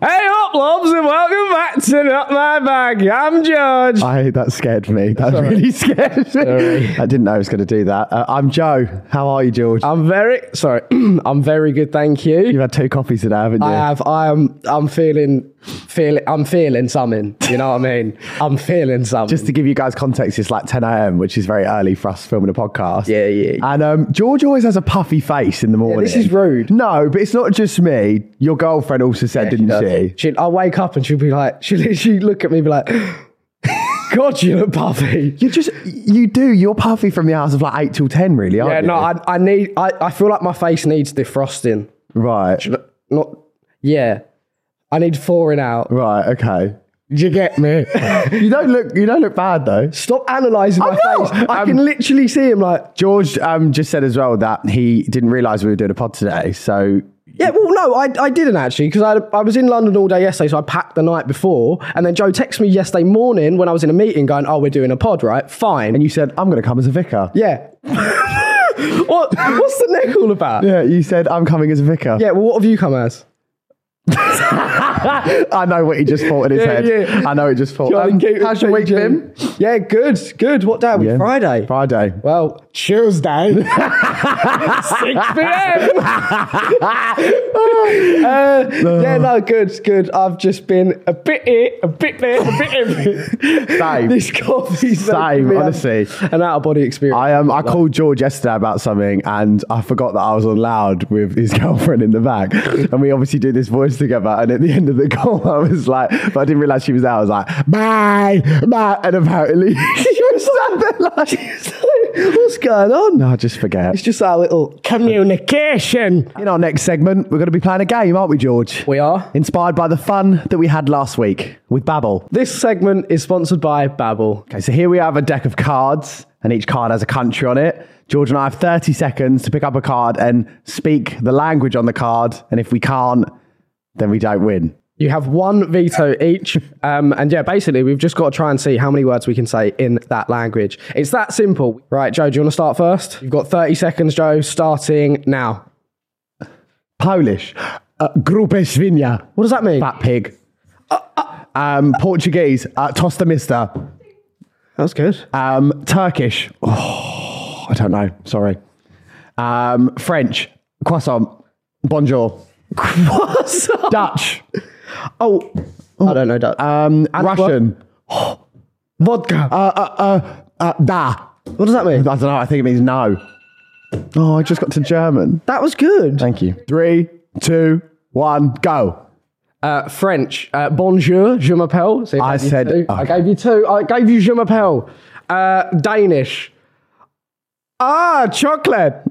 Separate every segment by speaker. Speaker 1: up, lobs, and welcome back to Up My Bag. I'm George.
Speaker 2: I that scared me. That really scared me. I didn't know I was going to do that. Uh, I'm Joe. How are you, George?
Speaker 1: I'm very sorry. I'm very good, thank you.
Speaker 2: You've had two coffees today, haven't you?
Speaker 1: I have. I'm. I'm feeling. Feeling. I'm feeling something. You know what I mean? I'm feeling something.
Speaker 2: Just to give you guys context, it's like 10 a.m., which is very early for us filming a podcast.
Speaker 1: Yeah, yeah.
Speaker 2: And um, George always has a puffy face in the morning.
Speaker 1: this is rude.
Speaker 2: No, but it's not just me. Your girlfriend also said, didn't she?
Speaker 1: She'd, I wake up and she'd be like, she'd, she'd look at me and be like, God, you look puffy.
Speaker 2: You just you do. You're puffy from the hours of like eight till ten, really, aren't
Speaker 1: Yeah,
Speaker 2: you?
Speaker 1: no, I, I need, I, I feel like my face needs defrosting.
Speaker 2: right,
Speaker 1: Not, yeah. I need thawing out.
Speaker 2: right, okay.
Speaker 1: Do you get me?
Speaker 2: You don't look. You don't look bad though.
Speaker 1: Stop analysing my
Speaker 2: I'm
Speaker 1: face.
Speaker 2: not.
Speaker 1: I
Speaker 2: Um,
Speaker 1: can literally see him like,
Speaker 2: George um, just said as well that he didn't realise we were doing a pod today, so
Speaker 1: yeah, well, no, I, I didn't actually because I, I was in London all day yesterday, so I packed the night before. And then Joe texted me yesterday morning when I was in a meeting going, oh, we're doing a pod, right? Fine.
Speaker 2: And you said, I'm going to come as a vicar.
Speaker 1: yeah. what, what's the neck all about?
Speaker 2: Yeah, you said, I'm coming as a vicar.
Speaker 1: Yeah, well, what have you come as?
Speaker 2: I know what he just thought in his
Speaker 1: Yeah,
Speaker 2: head.
Speaker 1: yeah.
Speaker 2: I know it just thought. Um, how's your week been?
Speaker 1: Yeah, good, good. What day? Are we?
Speaker 2: Yeah.
Speaker 1: Friday.
Speaker 2: Friday.
Speaker 1: Well, Tuesday, 6 p.m. Uh, yeah, no, good, good. I've just been a bit here, a bit there, a bit everywhere.
Speaker 2: Same.
Speaker 1: This coffee's
Speaker 2: Same,
Speaker 1: making me
Speaker 2: honestly.
Speaker 1: have An out of body experience.
Speaker 2: I um I called George yesterday about something and I forgot that I was on loud with his girlfriend in the back and we obviously do this voice together and at the end of the call I was like but I didn't realise she was there I was like bye bye and apparently she was sat there like
Speaker 1: What's going on?
Speaker 2: no I just forget
Speaker 1: It's just our little communication.
Speaker 2: in our next segment we're going to be playing a game aren't we George
Speaker 1: We are.
Speaker 2: inspired by the fun that we had last week with Babbel
Speaker 1: This segment is sponsored by Babbel.
Speaker 2: Okay, so here we have a deck of cards, and each card has a country on it. George and I have 30 seconds to pick up a card and speak the language on the card. And if we can't, then we don't win.
Speaker 1: You have one veto each. Um, and yeah, basically, we've just got to try and see how many words we can say in that language. It's that simple. Right, Joe, do you want to start first? You've got 30 seconds, Joe, starting now.
Speaker 2: Polish, uh, grupe świnia,
Speaker 1: What does that mean?
Speaker 2: fat pig. Um, Portuguese, uh, tosta mister.
Speaker 1: That's good.
Speaker 2: Um, Turkish, oh, I don't know, sorry. Um, French, croissant, bonjour.
Speaker 1: What's up?
Speaker 2: Dutch,
Speaker 1: Oh, I don't know that.
Speaker 2: um,
Speaker 1: what-
Speaker 2: Russian,
Speaker 1: Vodka.
Speaker 2: uh, uh, uh, uh, da.
Speaker 1: what does that mean?
Speaker 2: I don't know. I think it means no. Oh, I just got to German.
Speaker 1: That was good.
Speaker 2: Thank you. Three, two, one, go.
Speaker 1: Uh, French. Uh, bonjour, je m'appelle. So
Speaker 2: I
Speaker 1: gave you
Speaker 2: said-
Speaker 1: two. I gave you two. I gave you je m'appelle. Uh, Danish. Ah, chocolate.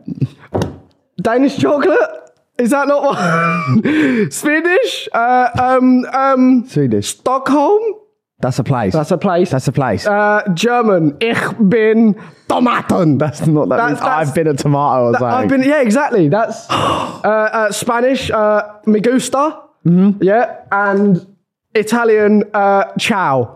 Speaker 1: Danish chocolate? Is that not one? Swedish? Uh, um, um,
Speaker 2: Swedish.
Speaker 1: Stockholm?
Speaker 2: That's a place.
Speaker 1: That's a place.
Speaker 2: That's a place.
Speaker 1: uh, German. Ich bin Tomaten.
Speaker 2: Um, that's not that.
Speaker 1: that's-
Speaker 2: means
Speaker 1: that's-
Speaker 2: I've been a tomato or something.
Speaker 1: I've been yeah, exactly. That's uh, uh, Spanish, uh, me gusta,
Speaker 2: Mm-hmm.
Speaker 1: yeah, and Italian, uh, ciao.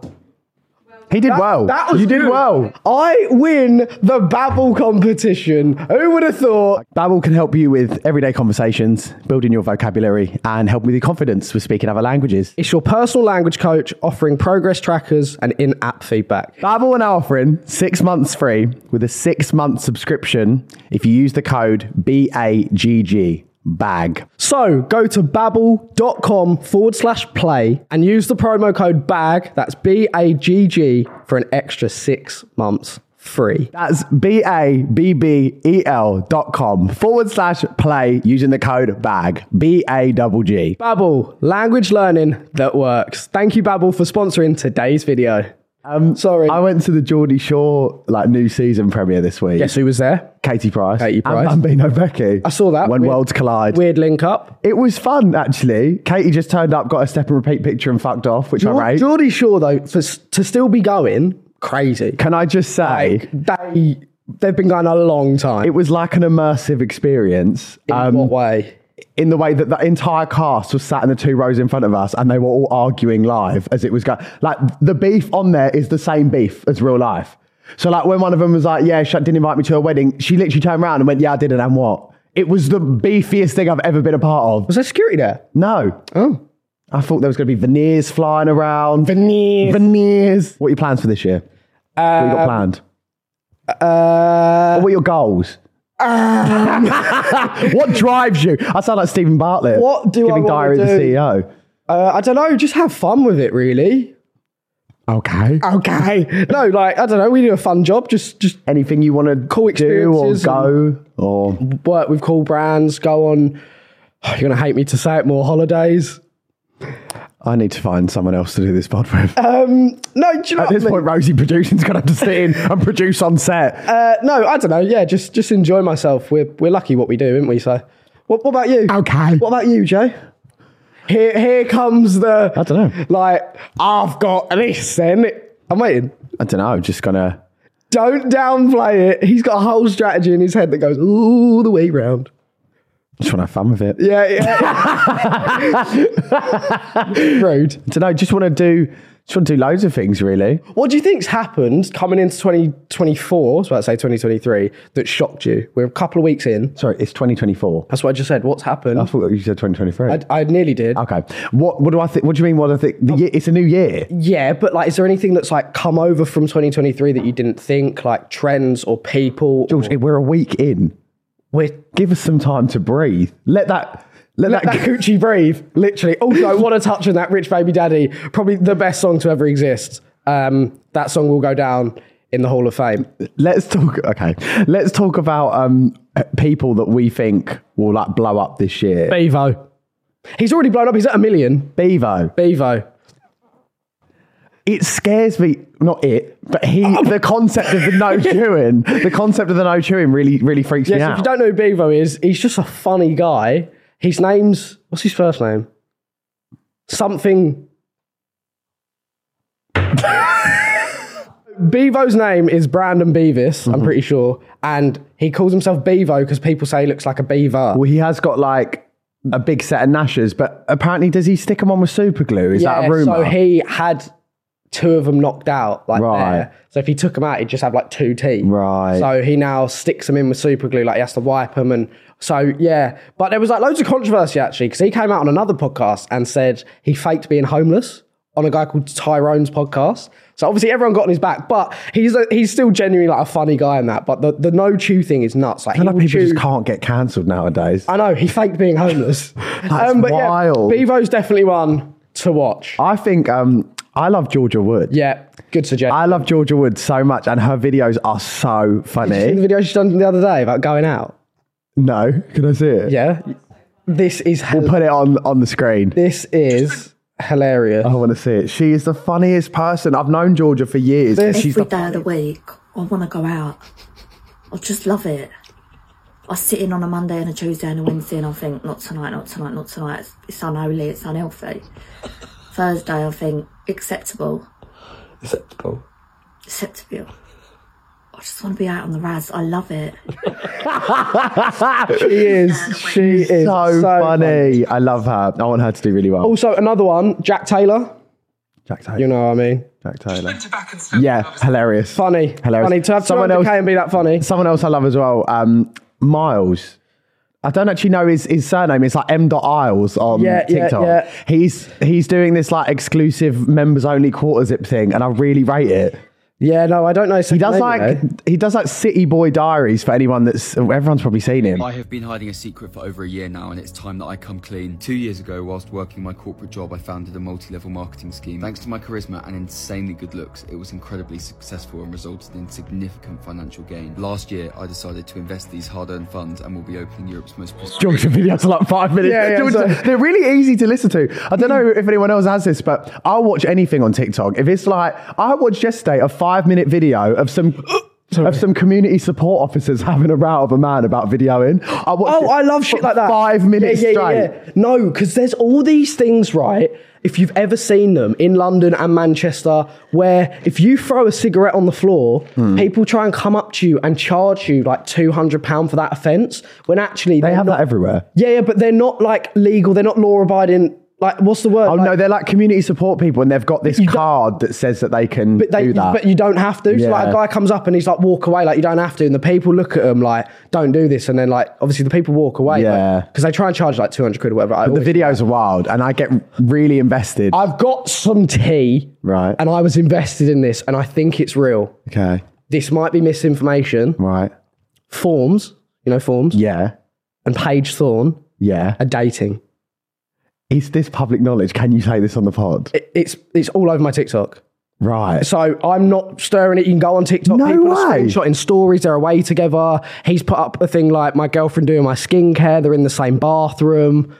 Speaker 2: he did well.
Speaker 1: That was
Speaker 2: you did
Speaker 1: good.
Speaker 2: well.
Speaker 1: I win the Babbel competition. Who would have thought?
Speaker 2: Babbel can help you with everyday conversations, building your vocabulary, and helping with your confidence with speaking other languages.
Speaker 1: It's your personal language coach offering progress trackers and in-app feedback.
Speaker 2: Babbel and Alfrin, six months free with a six month subscription if you use the code BAGG, BAG.
Speaker 1: So go to babbel.com forward slash play and use the promo code BAG, that's B-A-G-G, for an extra six months free.
Speaker 2: That's B A B B E L dot com forward slash play using the code BAG. B A double G.
Speaker 1: Babbel, language learning that works. Thank you, Babbel, for sponsoring today's video. Um, sorry.
Speaker 2: I went to the Geordie Shore like new season premiere this week.
Speaker 1: Guess who was there?
Speaker 2: Katie Price.
Speaker 1: Katie Price.
Speaker 2: And Bambino Becky.
Speaker 1: I saw that.
Speaker 2: When
Speaker 1: Weird-
Speaker 2: worlds collide.
Speaker 1: Weird link up.
Speaker 2: It was fun actually. Katie just turned up, got a step and repeat picture and fucked off, which I
Speaker 1: Geordie
Speaker 2: rate.
Speaker 1: Geordie Shore, though, for, s- to still be going, crazy.
Speaker 2: Can I just say
Speaker 1: They, they've been going a long time. Um,
Speaker 2: it was like an immersive experience.
Speaker 1: in what way?
Speaker 2: in the way that the entire cast was sat in the two rows in front of us and they were all arguing live as it was going. Like the beef on there is the same beef as real life. So like when one of them was like, yeah, she didn't invite me to her wedding, she literally turned around and went, yeah, I didn't, and what? It was the beefiest thing I've ever been a part of.
Speaker 1: Was there security there?
Speaker 2: No.
Speaker 1: Oh.
Speaker 2: I thought there was going to be veneers flying around.
Speaker 1: Veneers. Um,
Speaker 2: Veneers. What are your plans for this year? what you got planned?
Speaker 1: Uh,
Speaker 2: What are your goals?
Speaker 1: um,
Speaker 2: what drives you? I sound like Stephen Bartlett.
Speaker 1: What do I
Speaker 2: giving
Speaker 1: wanna
Speaker 2: diary
Speaker 1: do?
Speaker 2: the E CEO?
Speaker 1: uh, I don't know. Just have fun with it, really.
Speaker 2: Okay.
Speaker 1: Okay. No, like I don't know. We do a fun job. Just just
Speaker 2: Anything you want to
Speaker 1: Cool
Speaker 2: do or
Speaker 1: experiences
Speaker 2: go or
Speaker 1: work with cool brands. Go on. you're gonna hate me to say it. More holidays.
Speaker 2: I need to find someone else to do this pod with.
Speaker 1: No, do you know
Speaker 2: At
Speaker 1: what I
Speaker 2: this
Speaker 1: mean?
Speaker 2: point, Rosie producing's going to have to sit in and produce on set.
Speaker 1: Uh, no, I don't know. Yeah, just just enjoy myself. We're we're lucky what we do, aren't we? So, what, what about you?
Speaker 2: Okay.
Speaker 1: Um, What about you, Joe? Here here comes the.
Speaker 2: I don't know.
Speaker 1: Like I've got this. Then I'm waiting.
Speaker 2: I don't know. Just gonna.
Speaker 1: Don't downplay it. He's got a whole strategy in his head that goes all the way round.
Speaker 2: Just want to have fun with it.
Speaker 1: Yeah, yeah. Rude.
Speaker 2: I don't know. Just want to do. Just want to do loads of things. Really.
Speaker 1: What do you think's happened coming into 2024, so I'd say 2023, that shocked you? We're a couple of weeks in.
Speaker 2: Sorry, it's 2024.
Speaker 1: That's what I just said. What's
Speaker 2: I
Speaker 1: happened?
Speaker 2: thought you said 2023.
Speaker 1: I, I nearly did.
Speaker 2: okay. What What do I think? What do you mean? What do I think? The year, it's a new year.
Speaker 1: Yeah, but like, is there anything that's like come over from 2023 that you didn't think, like trends or people?
Speaker 2: George, we're a week in.
Speaker 1: We're
Speaker 2: Give us some time to breathe. Let that. Let,
Speaker 1: Let
Speaker 2: that.
Speaker 1: that coochie breathe, literally. Also, what a touch on that Rich Baby Daddy. Probably the best song to ever exist. Um, that song will go down in the Hall of Fame.
Speaker 2: let's talk. Okay. Let's talk about um people that we think will like blow up this year.
Speaker 1: Bevo. He's already blown up. He's at a million.
Speaker 2: Bevo.
Speaker 1: Bevo.
Speaker 2: it scares me. Not it, but he.
Speaker 1: Oh.
Speaker 2: The concept of the no chewing. The concept of the no chewing really, really freaks
Speaker 1: Yes,
Speaker 2: me
Speaker 1: if you
Speaker 2: out.
Speaker 1: don't know who Bevo is, he's just a funny guy. His name's, what's his first name? Something. Bevo's name is Brandon Beavis, I'm pretty sure. And he calls himself Bevo because people say he looks like a beaver.
Speaker 2: Well, he has got like a big set of gnashes, but apparently, does he stick them on with super glue? Is that a rumor?
Speaker 1: So he had two of them knocked out, like
Speaker 2: Right.
Speaker 1: there. So if he took them out, he'd just have like two teeth.
Speaker 2: Right.
Speaker 1: So he now sticks them in with super glue, like he has to wipe them, and so yeah. But there was like loads of controversy actually, because he came out on another podcast and said he faked being homeless on a guy called Tyrone's podcast. So obviously everyone got on his back, but he's a, he's still genuinely like a funny guy in that. But the, the no chew thing is nuts. Like he
Speaker 2: I feel like
Speaker 1: will
Speaker 2: people
Speaker 1: chew
Speaker 2: just can't get cancelled nowadays.
Speaker 1: I know he faked being homeless. Um,
Speaker 2: wild.
Speaker 1: Yeah, Bevo's definitely one to watch.
Speaker 2: I think um, I love Georgia Wood.
Speaker 1: Yeah, good suggestion.
Speaker 2: I love Georgia Wood so much, and her videos are so
Speaker 1: In the
Speaker 2: funny.
Speaker 1: video she's done the other day about going out.
Speaker 2: No, can I see it?
Speaker 1: Yeah, this is hel-
Speaker 2: Put it on on the screen.
Speaker 1: this is hilarious.
Speaker 2: I want to see it. She is the funniest person. I've known Georgia for years.
Speaker 1: This-
Speaker 2: She's
Speaker 3: every
Speaker 2: the
Speaker 3: day of the week, I want to go out. I just love it. I sit in on a Monday and a Tuesday and a Wednesday and I think, not tonight, not tonight, not tonight. It's, it's unholy, it's unhealthy. Thursday, I think, acceptable. Acceptable. Acceptable. I just want to be out on the Raz. I love it.
Speaker 1: She is she is
Speaker 2: so,
Speaker 1: so
Speaker 2: funny. I love her. I want her to do really well.
Speaker 1: Also, another one, Jack Taylor.
Speaker 2: Jack Taylor.
Speaker 1: You know what I mean?
Speaker 2: Jack Taylor.
Speaker 4: back and step
Speaker 2: Yeah, hilarious.
Speaker 1: Funny,
Speaker 2: Hilarious.
Speaker 1: funny to have
Speaker 2: Someone
Speaker 1: someone else
Speaker 2: else-
Speaker 1: and be that funny.
Speaker 2: Someone else I love as well, um, Miles. I don't actually know his, his surname. It's like M. Isles on
Speaker 1: Yeah, yeah,
Speaker 2: TikTok.
Speaker 1: yeah.
Speaker 2: He's he's doing this like exclusive members only quarter zip thing, and I really rate it.
Speaker 1: Yeah, no, I don't know.
Speaker 2: He does like he does like City Boy Diaries for anyone that's everyone's probably seen him.
Speaker 5: I have been hiding a secret for over a year now, and it's time that I come clean. Two years ago, whilst working my corporate job, I founded a multi level marketing scheme. Thanks to my charisma and insanely good looks, it was incredibly successful and resulted in significant financial gain. Last year, I decided to invest these hard earned funds and will be opening Europe's most prestigious.
Speaker 2: Georgia videos are like five minutes.
Speaker 1: Yeah, yeah,
Speaker 2: Georgia-
Speaker 1: sorry.
Speaker 2: they're really easy to listen to. I don't know if anyone else has this, but I'll watch anything on TikTok. If it's like I watched yesterday a five minute video of some of some community support officers having a row of a man about videoing. I
Speaker 1: Oh,
Speaker 2: watched it
Speaker 1: I love
Speaker 2: for
Speaker 1: shit like that.
Speaker 2: Five minutes straight.
Speaker 1: No, because there's all these things, right? If you've ever seen them in London and Manchester, where if you throw a cigarette on the floor,
Speaker 2: Hmm.
Speaker 1: people try and come up to you and charge you like two hundred pound for that offence. When actually
Speaker 2: They have
Speaker 1: not,
Speaker 2: that everywhere.
Speaker 1: Yeah, yeah, but they're not like legal. They're not law abiding. Like, what's the word?
Speaker 2: Oh
Speaker 1: Like,
Speaker 2: no, they're like community support people, and they've got this
Speaker 1: You don't-
Speaker 2: card that says that they can
Speaker 1: but they,
Speaker 2: do that.
Speaker 1: but you don't have to. So like a
Speaker 2: Yeah.
Speaker 1: guy comes up and he's like, walk away, like you don't have to. And the people look at him like, don't do this. And then like, obviously the people walk away.
Speaker 2: Yeah.
Speaker 1: Because they try and charge like two hundred quid or whatever. I
Speaker 2: the
Speaker 1: always-
Speaker 2: videos are wild, and I get really invested.
Speaker 1: I've got some tea,
Speaker 2: Right.
Speaker 1: And I was invested in this, and I think it's real.
Speaker 2: okay,
Speaker 1: This might be misinformation.
Speaker 2: right,
Speaker 1: Forms, you know, forms,
Speaker 2: yeah,
Speaker 1: and Paige Thorne
Speaker 2: yeah.
Speaker 1: are dating.
Speaker 2: Is this public knowledge? Can you say this on the pod?
Speaker 1: It, it's it's all over my TikTok.
Speaker 2: Right.
Speaker 1: So I'm not stirring it. You can go on TikTok.
Speaker 2: No
Speaker 1: people are
Speaker 2: way.
Speaker 1: screenshotting stories. They're away together. He's put up a thing like my girlfriend doing my skincare. They're in the same bathroom.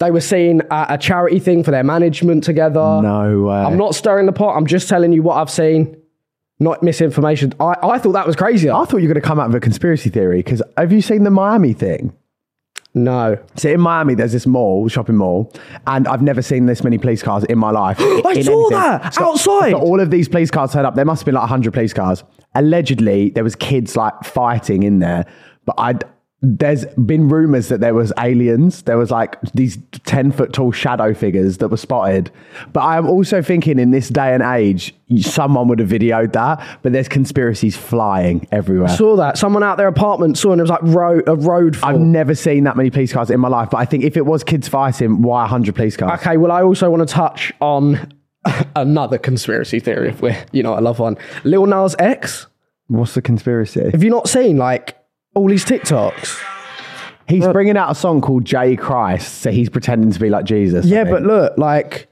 Speaker 1: They were seeing a, a charity thing for their management together.
Speaker 2: No way.
Speaker 1: I'm not stirring the pot. I'm just telling you what I've seen. Not misinformation. I, I thought that was crazy.
Speaker 2: I thought you were going to come out with a conspiracy theory because have you seen the Miami thing?
Speaker 1: No.
Speaker 2: So in Miami, there's this mall, shopping mall, and I've never seen this many police cars in my life.
Speaker 1: I
Speaker 2: in
Speaker 1: saw that outside.
Speaker 2: So all of these police cars turned up. There must have been like 100 police cars. Allegedly, there was kids like fighting in there, but I. There's been rumors that there was aliens. There was like these ten foot tall shadow figures that were spotted. But I'm also thinking in this day and age, someone would have videoed that. But there's conspiracies flying everywhere.
Speaker 1: Saw that. Someone out their apartment saw and it was like road, a road full.
Speaker 2: I've never seen that many police cars in my life, but I think if it was kids fighting, why 100 police cars?
Speaker 1: Okay, well, I also want to touch on another conspiracy theory. If we're, you know, I love one. Lil Nas X.
Speaker 2: What's the conspiracy?
Speaker 1: Have you not seen like all these TikToks?
Speaker 2: He's
Speaker 1: Uh,
Speaker 2: bringing out a song called J Christ, so he's pretending to be like Jesus. I
Speaker 1: Yeah,
Speaker 2: think.
Speaker 1: but look, like,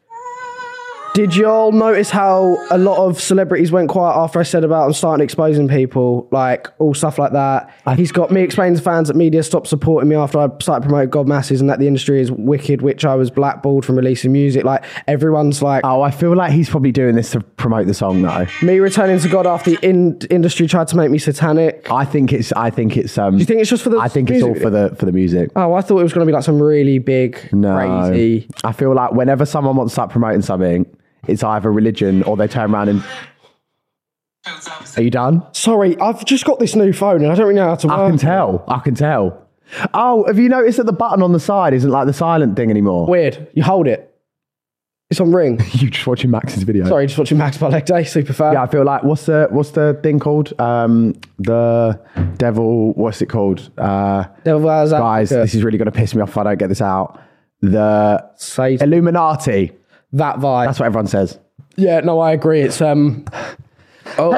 Speaker 1: did y'all notice how a lot of celebrities went quiet after I said about I'm starting exposing people, like all stuff like that? He's got me explaining to fans that media stopped supporting me after I started promoting God Masses and that the industry is wicked, which I was blackballed from releasing music. Like, everyone's like,
Speaker 2: Oh, I feel like he's probably doing this to promote the song, though.
Speaker 1: me returning to God after the in- industry tried to make me satanic.
Speaker 2: I think it's. I think it's. Um, Do
Speaker 1: you think it's just for the
Speaker 2: I think it's all
Speaker 1: music
Speaker 2: for the for the music.
Speaker 1: Oh, I thought it was going to be like some really big,
Speaker 2: No,
Speaker 1: crazy.
Speaker 2: I feel like whenever someone wants to start promoting something, it's either religion or they turn around and. Are you done?
Speaker 1: Sorry, I've just got this new phone and I don't really know how to work.
Speaker 2: I can
Speaker 1: it.
Speaker 2: tell. I can tell. Oh, have you noticed that the button on the side isn't like the silent thing anymore?
Speaker 1: Weird. You hold it. It's on ring.
Speaker 2: You just watching Max's video.
Speaker 1: Sorry, just watching Max Ballet Day, super fan.
Speaker 2: Yeah, I feel like what's the what's the thing called? Um, the devil. What's it called? Uh,
Speaker 1: Devil Wears Africa.
Speaker 2: guys, this is really gonna piss me off if I don't get this out. The
Speaker 1: Say
Speaker 2: Illuminati.
Speaker 1: that vibe.
Speaker 2: That's what everyone says.
Speaker 1: yeah, no, I agree. It's um. Oh,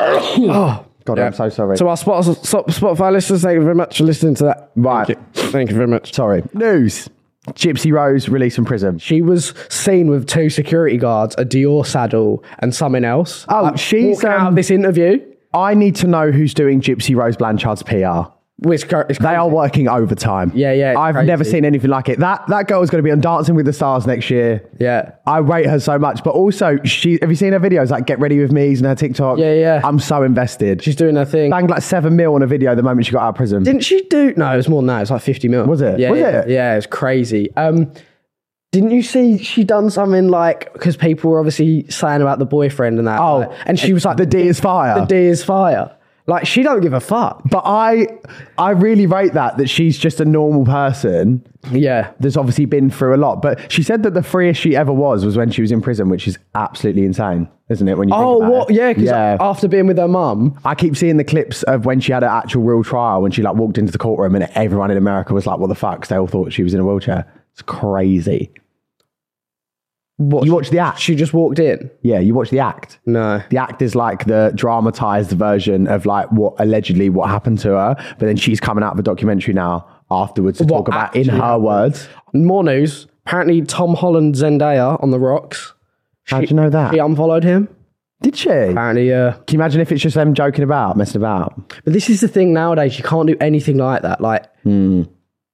Speaker 1: oh.
Speaker 2: God, I'm so sorry.
Speaker 1: To our spot, so- Spotify listeners, thank you very much for listening to that.
Speaker 2: Right.
Speaker 1: Thank you, Thank you very much.
Speaker 2: sorry. News. Gypsy Rose released from prison.
Speaker 1: She was seen with two security guards, a Dior saddle, and something else.
Speaker 2: Oh, she's,
Speaker 1: walking out
Speaker 2: um,
Speaker 1: of this interview.
Speaker 2: I need to know who's doing Gypsy Rose Blanchard's PR.
Speaker 1: Which cur- is
Speaker 2: They are working overtime.
Speaker 1: Yeah, yeah, it's
Speaker 2: I've
Speaker 1: crazy.
Speaker 2: never seen anything like it. That that girl is going to be on Dancing with the Stars next year.
Speaker 1: Yeah.
Speaker 2: I rate her so much, but also she. Have you seen her videos like Get Ready with Me's and her TikTok?
Speaker 1: Yeah, yeah.
Speaker 2: I'm so invested. She's
Speaker 1: She's doing her thing.
Speaker 2: banged like seven mil on a video the moment she got out of prison.
Speaker 1: Didn't she do? No, it was more than that. It was like fifty mil.
Speaker 2: Was it?
Speaker 1: Yeah,
Speaker 2: Was
Speaker 1: yeah,
Speaker 2: it?
Speaker 1: yeah. It's crazy. Um, didn't you see she done something like because people were obviously saying about the boyfriend and that?
Speaker 2: Oh, Uh.
Speaker 1: like, and she was like,
Speaker 2: the D is fire.
Speaker 1: the D is fire." Like she don't give a fuck.
Speaker 2: but I, I really rate that that she's just a normal person
Speaker 1: Yeah,
Speaker 2: that's obviously been through a lot. But she said that the freest she ever was was when she was in prison, which is absolutely insane, isn't it? When you
Speaker 1: Oh,
Speaker 2: think about
Speaker 1: what?
Speaker 2: it?
Speaker 1: Yeah, because after being with her mum,
Speaker 2: I keep seeing the clips of when she had her actual real trial when she like walked into the courtroom and everyone in America was like, "What the fuck?" 'Cause they all thought she was in a wheelchair. It's crazy.
Speaker 1: what?
Speaker 2: You watch the act.
Speaker 1: She just walked in.
Speaker 2: Yeah, you watch the act.
Speaker 1: No.
Speaker 2: The act is like the dramatized version of like what allegedly what happened to her, but then she's coming out of a documentary now afterwards to
Speaker 1: What
Speaker 2: talk about in
Speaker 1: actually
Speaker 2: her
Speaker 1: happened?
Speaker 2: words.
Speaker 1: More news. Apparently, Tom Holland Zendaya on the rocks.
Speaker 2: How'd you know that?
Speaker 1: She unfollowed him.
Speaker 2: Did she? Can
Speaker 1: Apparently, uh,
Speaker 2: you imagine if it's just them joking about, messing about?
Speaker 1: But this is the thing nowadays, you can't do anything like that. Like,
Speaker 2: Hmm.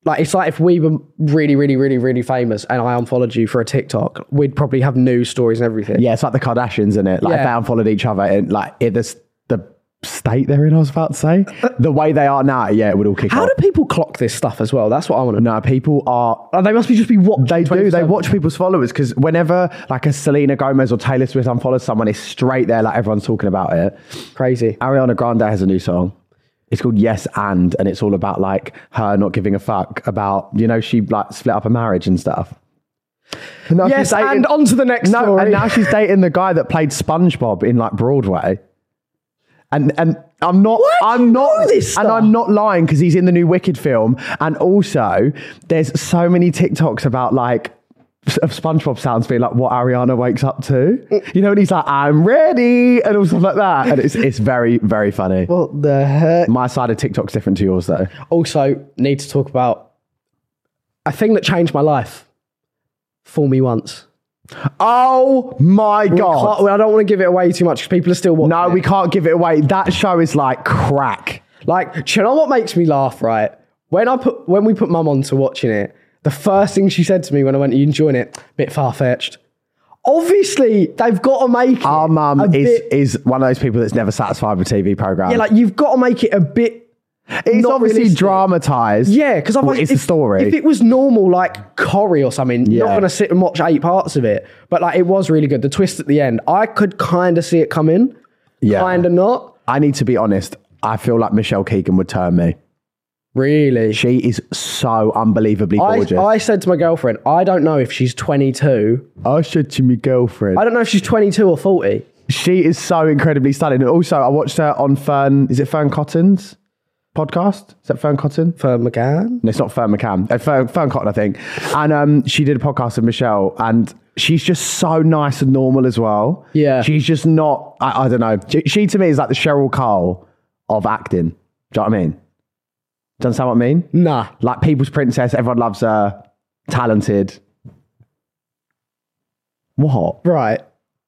Speaker 1: like it's like if we were really, really, really, really famous and I unfollowed you for a TikTok, we'd probably have news stories and everything.
Speaker 2: Yeah, it's like the Kardashians, isn't it? Like
Speaker 1: Yeah.
Speaker 2: they unfollowed each other and like it, this, the state they're in, I was about to say. The way they are now, yeah, it would all kick
Speaker 1: How
Speaker 2: off.
Speaker 1: do people clock this stuff as well? That's what I want to know.
Speaker 2: no, people are oh,
Speaker 1: Like, they must be just be what
Speaker 2: They do. They watch people's followers because whenever like a Selena Gomez or Taylor Swift unfollows someone, it's straight there. Like everyone's talking about it.
Speaker 1: crazy.
Speaker 2: Ariana Grande has a new song. It's called Yes and, and it's all about like her not giving a fuck about you know she like split up a marriage and stuff. And now she's
Speaker 1: Yes,
Speaker 2: dating-
Speaker 1: and on to the next
Speaker 2: no,
Speaker 1: story.
Speaker 2: and now she's dating the guy that played SpongeBob in like Broadway. And and I'm not
Speaker 1: do
Speaker 2: I'm
Speaker 1: you
Speaker 2: not
Speaker 1: know this
Speaker 2: and
Speaker 1: stuff?
Speaker 2: I'm not lying because he's in the new Wicked film. And also, there's so many TikToks about like s- of SpongeBob sounds being like what Ariana wakes up to. You know, and he's like, I'm ready, and all stuff like that. And it's it's very, very funny.
Speaker 1: What the heck?
Speaker 2: My side of TikTok's different to yours though.
Speaker 1: Also, need to talk about a thing that changed my life. Fool me once.
Speaker 2: Oh my god.
Speaker 1: Can't- well, I don't want to give it away too much because people are still watching.
Speaker 2: No,
Speaker 1: it.
Speaker 2: we can't give it away. That show is like crack.
Speaker 1: Like, do you know what makes me laugh? Right when I put when we put Mum on to watching it, the first thing she said to me when I went, "Are you enjoying it?" Bit far fetched. Obviously, they've got to make it
Speaker 2: Our mum
Speaker 1: a
Speaker 2: is
Speaker 1: bit-
Speaker 2: is one of those people that's never satisfied with TV programs.
Speaker 1: yeah, like you've got to make it a bit.
Speaker 2: it's
Speaker 1: not
Speaker 2: obviously
Speaker 1: realistic.
Speaker 2: dramatized.
Speaker 1: Yeah, because
Speaker 2: Well,
Speaker 1: I've
Speaker 2: it's a story.
Speaker 1: If it was normal, like Corrie or something, you're
Speaker 2: Yeah.
Speaker 1: not gonna sit and watch eight parts of it. But like, it was really good. The twist at the end, I could kind of see it coming,
Speaker 2: Yeah.
Speaker 1: kind of not
Speaker 2: I need to be honest. I feel like Michelle Keegan would turn me.
Speaker 1: really.
Speaker 2: She is so unbelievably
Speaker 1: I,
Speaker 2: gorgeous.
Speaker 1: I said to my girlfriend, I don't know if she's 22.
Speaker 2: I said to my girlfriend,
Speaker 1: I don't know if she's 22 or 40.
Speaker 2: she is so incredibly stunning. And also, I watched her on Fern. Is it Fern Cotton's podcast? Is that Fern Cotton?
Speaker 1: For McGann?
Speaker 2: No, it's not Fern McCann. Uh, Fern, Fern Cotton, I think. And um, she did a podcast with Michelle, and she's just so nice and normal as well.
Speaker 1: Yeah.
Speaker 2: She's just not, I, I don't know. She, she to me is like the Cheryl Cole of acting. Do you know what I mean? Do you understand what I mean?
Speaker 1: Nah.
Speaker 2: Like people's princess, everyone loves her, talented. What?
Speaker 1: Right.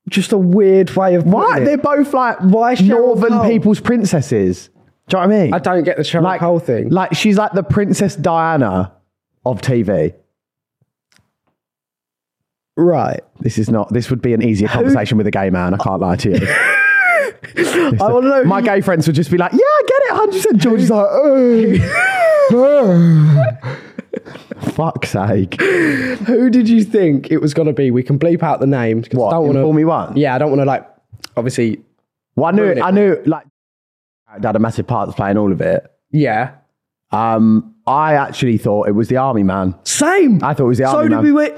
Speaker 1: Just a weird way of.
Speaker 2: Why?
Speaker 1: putting it.
Speaker 2: They're both like
Speaker 1: Why Cheryl
Speaker 2: northern
Speaker 1: Cole?
Speaker 2: people's princesses. Do you know what I mean?
Speaker 1: I don't get the Cheryl
Speaker 2: like
Speaker 1: Cole thing.
Speaker 2: Like she's like the Princess Diana of TV.
Speaker 1: right.
Speaker 2: This is not. This would be an easier conversation with a gay man. I can't lie to you.
Speaker 1: I want to know.
Speaker 2: My
Speaker 1: who-
Speaker 2: gay friends would just be like, "Yeah, I get it, hundred percent." George is like, "Oh, oh." "Fuck's sake!"
Speaker 1: Who did you think it was going to be? We can bleep out the names. 'cause
Speaker 2: What,
Speaker 1: I don't
Speaker 2: in
Speaker 1: want to.
Speaker 2: Fool Me Once?
Speaker 1: Yeah, I don't want to, like, obviously.
Speaker 2: Well, I
Speaker 1: Ruin
Speaker 2: knew.
Speaker 1: it.
Speaker 2: I knew. Like, had a massive part to play in all of it.
Speaker 1: Yeah.
Speaker 2: Um, I actually thought it was the army man.
Speaker 1: Same.
Speaker 2: I thought it was the
Speaker 1: so
Speaker 2: army
Speaker 1: did
Speaker 2: man.
Speaker 1: we. Win-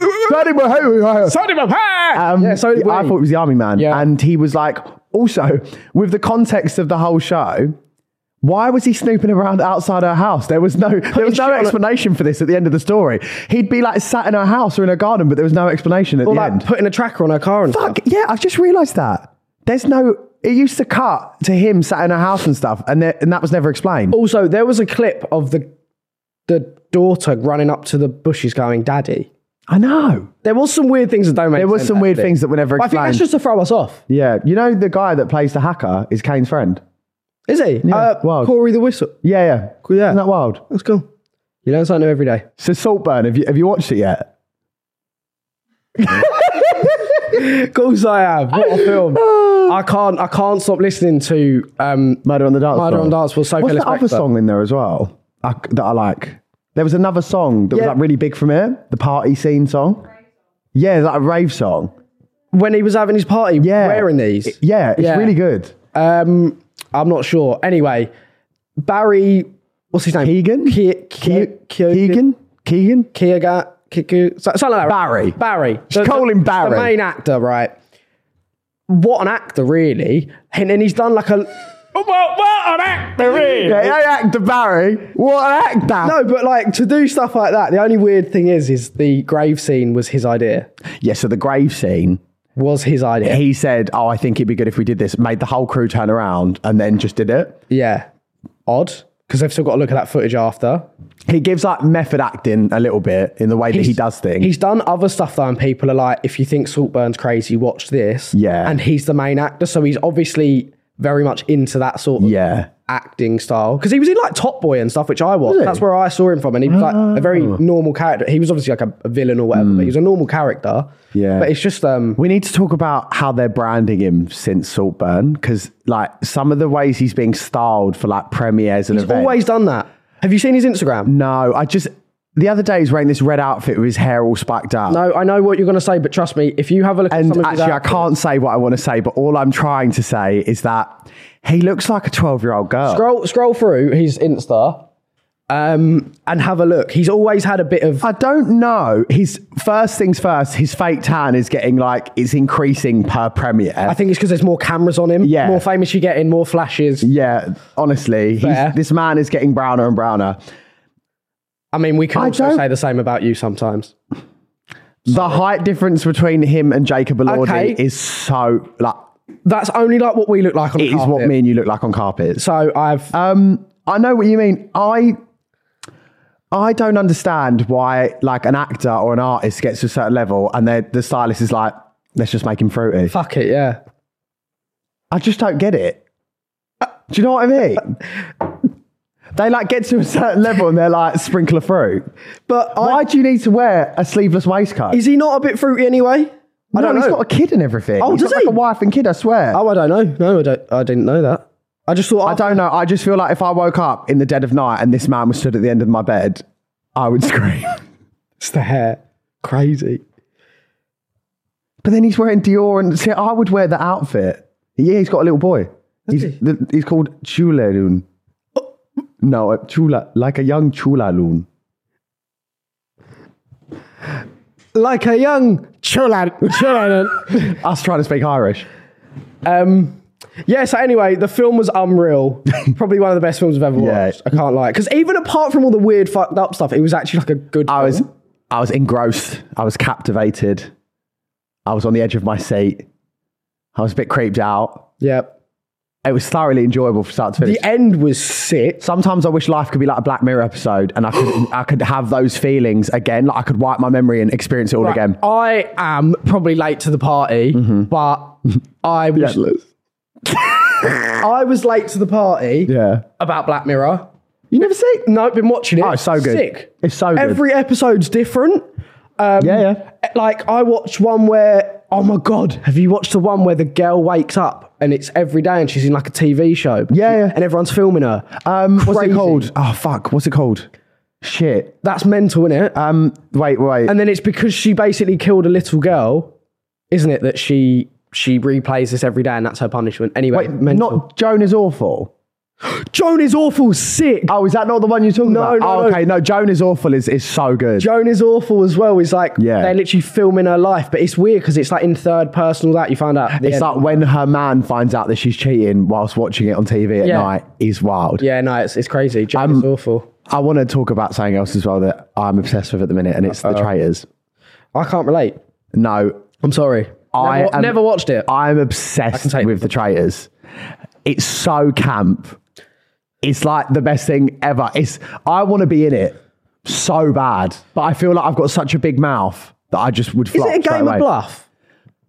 Speaker 1: so did my
Speaker 2: Um,
Speaker 1: yeah, so did we.
Speaker 2: I thought it was the army man.
Speaker 1: Yeah.
Speaker 2: And he was like, also, with the context of the whole show, why was he snooping around outside her house? There was no there was
Speaker 1: shit
Speaker 2: no
Speaker 1: on a-
Speaker 2: explanation for this at the end of the story. He'd be like sat in her house or in her garden, but there was no explanation at
Speaker 1: Or,
Speaker 2: the
Speaker 1: like,
Speaker 2: end.
Speaker 1: putting a tracker on her car and
Speaker 2: Fuck,
Speaker 1: stuff.
Speaker 2: yeah, I've just realised that. There's no it used to cut to him sat in her house and stuff, and, there, and that was never explained.
Speaker 1: Also, there was a clip of the the daughter running up to the bushes going, Daddy.
Speaker 2: I know.
Speaker 1: There was some weird things that don't make
Speaker 2: There was
Speaker 1: sense,
Speaker 2: some weird
Speaker 1: actually.
Speaker 2: things that were never
Speaker 1: But I think
Speaker 2: explained.
Speaker 1: that's just to throw us off.
Speaker 2: Yeah. You know the guy that plays the hacker is Kane's friend.
Speaker 1: Is he? uh,
Speaker 2: wild.
Speaker 1: Corey the Whistle.
Speaker 2: Yeah, yeah.
Speaker 1: Yeah.
Speaker 2: Isn't that wild?
Speaker 1: That's cool. You learn something new every day.
Speaker 2: So Saltburn, have you have you watched it yet?
Speaker 1: Of course I have. What a film. I can't I can't stop listening to um
Speaker 2: Murder on the Dance
Speaker 1: Murder
Speaker 2: Floor.
Speaker 1: on Dance Floor, Sophie
Speaker 2: What's that
Speaker 1: Ellis
Speaker 2: other
Speaker 1: Bextor?
Speaker 2: song in there as well I, that I like? There was another song that
Speaker 1: Yeah.
Speaker 2: was like really big from it, the party scene song. Yeah, like a rave song.
Speaker 1: when he was having his party
Speaker 2: Yeah,
Speaker 1: wearing these.
Speaker 2: It- yeah, it's
Speaker 1: Yeah.
Speaker 2: really good.
Speaker 1: Um I'm not sure. Anyway, Barry what's his name?
Speaker 2: Keegan,
Speaker 1: Ke- Ke- Keegan?
Speaker 2: Keegan, Keegan.
Speaker 1: Keegan? Kiku, so- something like that.
Speaker 2: Barry.
Speaker 1: Barry.
Speaker 2: Just call him Barry.
Speaker 1: The main actor, right? What an actor, really. And then he's done like a. What, what an actor, really.
Speaker 2: Yeah, hey, actor Barry. What an actor!
Speaker 1: No, but like to do stuff like that, the only weird thing is, is the grave scene was his idea.
Speaker 2: Yeah, so the grave scene.
Speaker 1: Was his idea.
Speaker 2: He said, "Oh, I think it'd be good if we did this." Made the whole crew turn around and then just did it.
Speaker 1: Yeah. Odd. Because they've still got to look at that footage after.
Speaker 2: He gives like method acting a little bit in the way that he does things.
Speaker 1: He's done other stuff though, and people are like, if you think Saltburn's crazy, watch this.
Speaker 2: Yeah.
Speaker 1: And he's the main actor, so he's obviously very much into that sort of
Speaker 2: yeah.
Speaker 1: acting style. Because he was in like Top Boy and stuff, which I watched. That's where I saw him from. And he was like
Speaker 2: Ah.
Speaker 1: a very normal character. He was obviously like a, a villain or whatever, but he was a normal character.
Speaker 2: Mm. Yeah.
Speaker 1: But it's just um
Speaker 2: We need to talk about how they're branding him since Saltburn because, like, some of the ways he's being styled for like premieres and
Speaker 1: he's
Speaker 2: events.
Speaker 1: always done that. Have you seen his Instagram?
Speaker 2: no, I just the other day he's wearing this red outfit with his hair all spiked up.
Speaker 1: No, I know what you're going to say, but trust me, if you have a look at
Speaker 2: and
Speaker 1: some of his
Speaker 2: actually, I
Speaker 1: outfits-
Speaker 2: can't say what I want to say, but all I'm trying to say is that he looks like a 12 year old girl.
Speaker 1: scroll scroll through his Insta. um, and have a look. He's always had a bit of.
Speaker 2: I don't know. His first things first, his fake tan is getting like it's increasing per premiere.
Speaker 1: I think it's because there's more cameras on him.
Speaker 2: Yeah.
Speaker 1: More famous you get in, more flashes.
Speaker 2: yeah, honestly,
Speaker 1: Fair.
Speaker 2: he's, this man is getting browner and browner.
Speaker 1: I mean, we can
Speaker 2: I
Speaker 1: also
Speaker 2: don't-
Speaker 1: say the same about you sometimes.
Speaker 2: The height difference between him and Jacob Elordi
Speaker 1: Okay.
Speaker 2: is so like
Speaker 1: That's only like what we look like on
Speaker 2: it is
Speaker 1: carpet.
Speaker 2: what me and you look like on carpets.
Speaker 1: So I've
Speaker 2: Um, I know what you mean. I I don't understand why like an actor or an artist gets to a certain level and they- the stylist is like, let's just make him fruity.
Speaker 1: fuck it. Yeah.
Speaker 2: I just don't get it. Do you know what I mean? They like get to a certain level and they're like sprinkle of fruit.
Speaker 1: But I,
Speaker 2: Why do you need to wear a sleeveless waistcoat?
Speaker 1: is he not a bit fruity anyway? I
Speaker 2: no,
Speaker 1: don't know.
Speaker 2: he's got a kid and everything.
Speaker 1: Oh,
Speaker 2: He's
Speaker 1: does
Speaker 2: got,
Speaker 1: he?
Speaker 2: Like a wife and kid, I swear.
Speaker 1: Oh, I don't know. No, I don't. I didn't know that. I just thought. oh,
Speaker 2: I don't know. I just feel like if I woke up in the dead of night and this man was stood at the end of my bed, I would scream.
Speaker 1: It's the hair. Crazy.
Speaker 2: but then he's wearing Dior and see, I would wear that outfit. Yeah, he's got a little boy. He's,
Speaker 1: he?
Speaker 2: th- he's called Chulalun. No, uh, Chula, like a young Chulalun.
Speaker 1: Like a young chulan. chulan.
Speaker 2: Us trying to speak Irish.
Speaker 1: um, yeah. So anyway, the film was unreal. Probably one of the best films I've ever
Speaker 2: Yeah.
Speaker 1: watched. I can't lie. Because even apart from all the weird fucked up stuff, it was actually like a good.
Speaker 2: I was
Speaker 1: film.
Speaker 2: I was engrossed. I was captivated. I was on the edge of my seat. I was a bit creeped out.
Speaker 1: Yeah.
Speaker 2: It was thoroughly enjoyable from start to finish.
Speaker 1: The end was sick.
Speaker 2: Sometimes I wish life could be like a Black Mirror episode, and I could I could have those feelings again. Like I could wipe my memory and experience it all
Speaker 1: Right,
Speaker 2: again. Mm-hmm.
Speaker 1: I am probably late to the party, but I was I was late to the party
Speaker 2: Yeah.
Speaker 1: about Black Mirror.
Speaker 2: You never see?
Speaker 1: No, been watching it.
Speaker 2: Oh, it's so good.
Speaker 1: Sick.
Speaker 2: It's so good.
Speaker 1: Every episode's different. Um,
Speaker 2: yeah, yeah.
Speaker 1: Like I watched one where oh my god, have you watched the one where the girl wakes up and it's every day and she's in like a TV show?
Speaker 2: Yeah, yeah.
Speaker 1: And everyone's filming her.
Speaker 2: Um, what's
Speaker 1: Crazy.
Speaker 2: it called? Oh fuck! What's it called? Shit.
Speaker 1: That's mental, innit? it?
Speaker 2: Um. Wait, wait.
Speaker 1: and then it's because she basically killed a little girl, isn't it? That she she replays this every day and that's her punishment. Anyway,
Speaker 2: wait.
Speaker 1: mental.
Speaker 2: Not Joan is awful.
Speaker 1: Joan is awful. Sick.
Speaker 2: Oh, is that not the one you're talking
Speaker 1: No,
Speaker 2: about?
Speaker 1: no,
Speaker 2: Oh,
Speaker 1: no.
Speaker 2: okay. No, Joan is awful is is so good.
Speaker 1: Joan is awful as well. It's like
Speaker 2: Yeah.
Speaker 1: they're literally filming her life, but it's weird because it's like in third person. All that you find out. at the
Speaker 2: It's
Speaker 1: end.
Speaker 2: like when her man finds out that she's cheating whilst watching it on TV at
Speaker 1: Yeah.
Speaker 2: night is wild.
Speaker 1: yeah, no, it's it's crazy.
Speaker 2: Um,
Speaker 1: Joan is awful.
Speaker 2: I want to talk about something else as well that I'm obsessed with at the minute, and it's the traitors.
Speaker 1: I can't relate.
Speaker 2: No,
Speaker 1: I'm sorry.
Speaker 2: I
Speaker 1: never, wa-
Speaker 2: am-
Speaker 1: never watched it.
Speaker 2: I'm
Speaker 1: can
Speaker 2: obsessed
Speaker 1: take-
Speaker 2: with the traitors. It's so camp. It's like the best thing ever. It's I want to be in it so bad, but I feel like I've got such a big mouth that I just would.
Speaker 1: is
Speaker 2: flop
Speaker 1: it a
Speaker 2: straight
Speaker 1: game
Speaker 2: away.
Speaker 1: of bluff?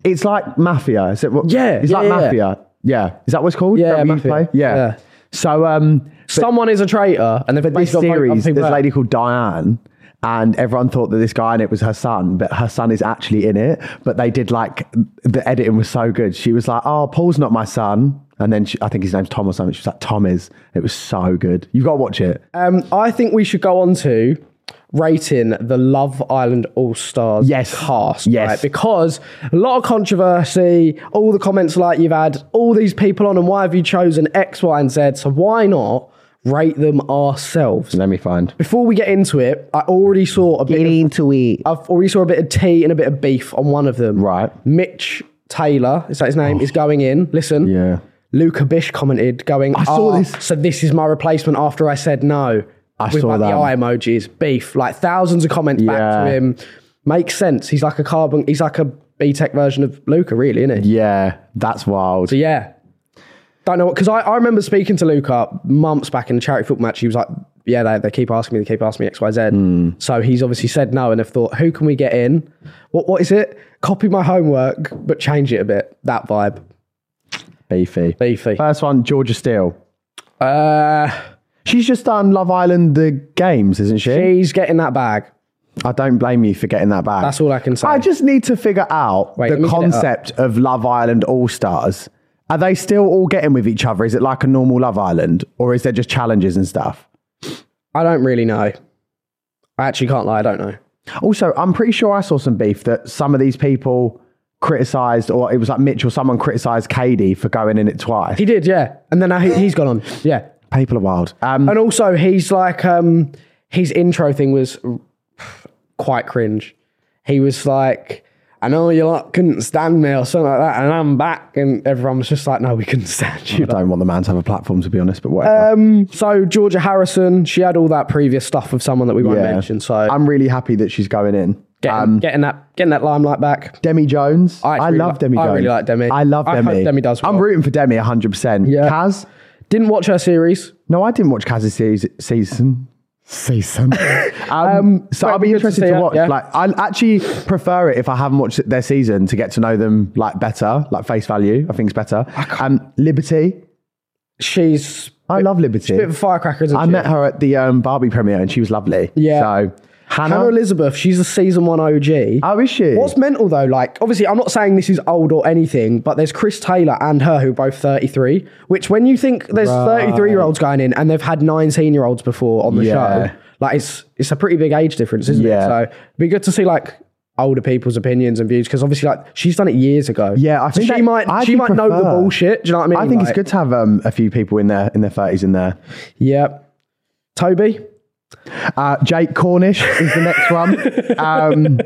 Speaker 2: It's like mafia. Is it? What,
Speaker 1: Yeah,
Speaker 2: It's
Speaker 1: yeah,
Speaker 2: like
Speaker 1: yeah, yeah.
Speaker 2: mafia. Yeah. Is that what it's called?
Speaker 1: Yeah,
Speaker 2: That we used to
Speaker 1: Mafia.
Speaker 2: play? Yeah.
Speaker 1: Yeah.
Speaker 2: So um,
Speaker 1: Someone is a traitor, and they've
Speaker 2: this
Speaker 1: basically got
Speaker 2: series,
Speaker 1: people
Speaker 2: there's a
Speaker 1: out.
Speaker 2: lady called Diane, and everyone thought that this guy in it was her son, but her son is actually in it. But they did like the editing was so good. She was like, "Oh, Paul's not my son," and then she, I think his name's Tom or something. She was like, "Tom is." It was so good. You've got to watch it.
Speaker 1: Um, I think we should go on to rating the Love Island All Stars
Speaker 2: Yes.
Speaker 1: cast.
Speaker 2: Yes.
Speaker 1: right? Because a lot of controversy, all the comments like you've had, all these people on, and why have you chosen X, Y, and Z? So why not rate them ourselves?
Speaker 2: Let me find.
Speaker 1: Before we get into it, I already saw a bit. Of,
Speaker 2: into it.
Speaker 1: I've already saw a bit of tea and a bit of beef on one of them.
Speaker 2: Right. Oh.
Speaker 1: Mitch Taylor, is that his name? Is going in. Listen.
Speaker 2: Yeah.
Speaker 1: Luca Bish commented, going, I
Speaker 2: saw this.
Speaker 1: So this is my replacement after I said no.
Speaker 2: I
Speaker 1: With
Speaker 2: saw
Speaker 1: like
Speaker 2: that.
Speaker 1: the eye emojis, beef, like thousands of comments back
Speaker 2: Yeah.
Speaker 1: to him. Makes sense. He's like a carbon, he's like a B Tech version of Luca, really, isn't he?
Speaker 2: Yeah, that's wild.
Speaker 1: So yeah. Don't know what, because I, I remember speaking to Luca months back in a charity football match. He was like, Yeah, they, they keep asking me, they keep asking me XYZ. So he's obviously said no and have thought, Who can we get in? What What is it? Copy my homework, but change it a bit. That vibe.
Speaker 2: Beefy.
Speaker 1: Beefy.
Speaker 2: First one, Georgia Steele.
Speaker 1: Uh,
Speaker 2: She's just done Love Island the games, isn't she?
Speaker 1: He's getting that bag.
Speaker 2: I don't blame you for getting that back.
Speaker 1: That's all I can say.
Speaker 2: I just need to figure out
Speaker 1: Wait, let
Speaker 2: the
Speaker 1: me get it up.
Speaker 2: concept of Love Island All Stars. Are they still all getting with each other? Is it like a normal Love Island, or is there just challenges and stuff?
Speaker 1: I don't really know. I actually can't lie. I don't know.
Speaker 2: Also, I'm pretty sure I saw some beef that some of these people criticised, or it was like Mitch or someone criticised Katie for going in it twice.
Speaker 1: He did, yeah. And then now he, he's gone on. Yeah.
Speaker 2: People are wild. Um,
Speaker 1: And also, he's like, um, his intro thing was quite cringe. He was like, I know you lot couldn't stand me or something like that, and I'm back. And everyone was just like, no, we couldn't stand
Speaker 2: I
Speaker 1: you.
Speaker 2: don't want the man to have a platform, to be honest, but whatever.
Speaker 1: Um, So, Georgia Harrison, she had all that previous stuff with someone that we won't
Speaker 2: Yeah. Um,
Speaker 1: mention. So,
Speaker 2: I'm really happy that she's going in.
Speaker 1: getting,
Speaker 2: Um,
Speaker 1: getting that getting that limelight back.
Speaker 2: Demi Jones.
Speaker 1: I
Speaker 2: I,
Speaker 1: actually
Speaker 2: love
Speaker 1: li-
Speaker 2: Demi
Speaker 1: I
Speaker 2: Jones.
Speaker 1: really like Demi.
Speaker 2: I love
Speaker 1: I
Speaker 2: Demi.
Speaker 1: hope Demi does
Speaker 2: I'm
Speaker 1: well.
Speaker 2: rooting for Demi 100%.
Speaker 1: Yeah.
Speaker 2: Kaz?
Speaker 1: Didn't watch her series.
Speaker 2: No, I didn't watch Kaz's series, season. Season. um, so
Speaker 1: but
Speaker 2: I'll
Speaker 1: it'd be good
Speaker 2: be
Speaker 1: to
Speaker 2: interested
Speaker 1: see
Speaker 2: to,
Speaker 1: it,
Speaker 2: watch.
Speaker 1: yeah.
Speaker 2: Like, I actually prefer it if I haven't watched their season to get to know them like better, like face value. I think it's better. Um, Liberty.
Speaker 1: She's
Speaker 2: I love Liberty.
Speaker 1: a bit of a firecracker, isn't
Speaker 2: I
Speaker 1: she?
Speaker 2: met her at the um, Barbie premiere and she was lovely.
Speaker 1: Yeah.
Speaker 2: So Hannah.
Speaker 1: Hannah Elizabeth, she's a season one OG.
Speaker 2: oh, is she?
Speaker 1: What's mental though, like, obviously, I'm not saying this is old or anything, but there's Chris Taylor and her who are both 33, which when you think there's 33 year olds going in and they've had 19 year olds before on the
Speaker 2: Yeah.
Speaker 1: show, like, it's it's a pretty big age difference, isn't
Speaker 2: Yeah.
Speaker 1: it? So, it'd be good to see, like, older people's opinions and views because obviously, like, she's done it years ago.
Speaker 2: Yeah, I think
Speaker 1: so she
Speaker 2: that-
Speaker 1: might,
Speaker 2: I
Speaker 1: she
Speaker 2: think
Speaker 1: might know the
Speaker 2: prefer-
Speaker 1: bullshit. Do you know what I mean?
Speaker 2: I think
Speaker 1: Like,
Speaker 2: it's good to have um, a few people in their in their thirties in there.
Speaker 1: Yeah. Toby,
Speaker 2: Uh, Jake Cornish is the next one. Um,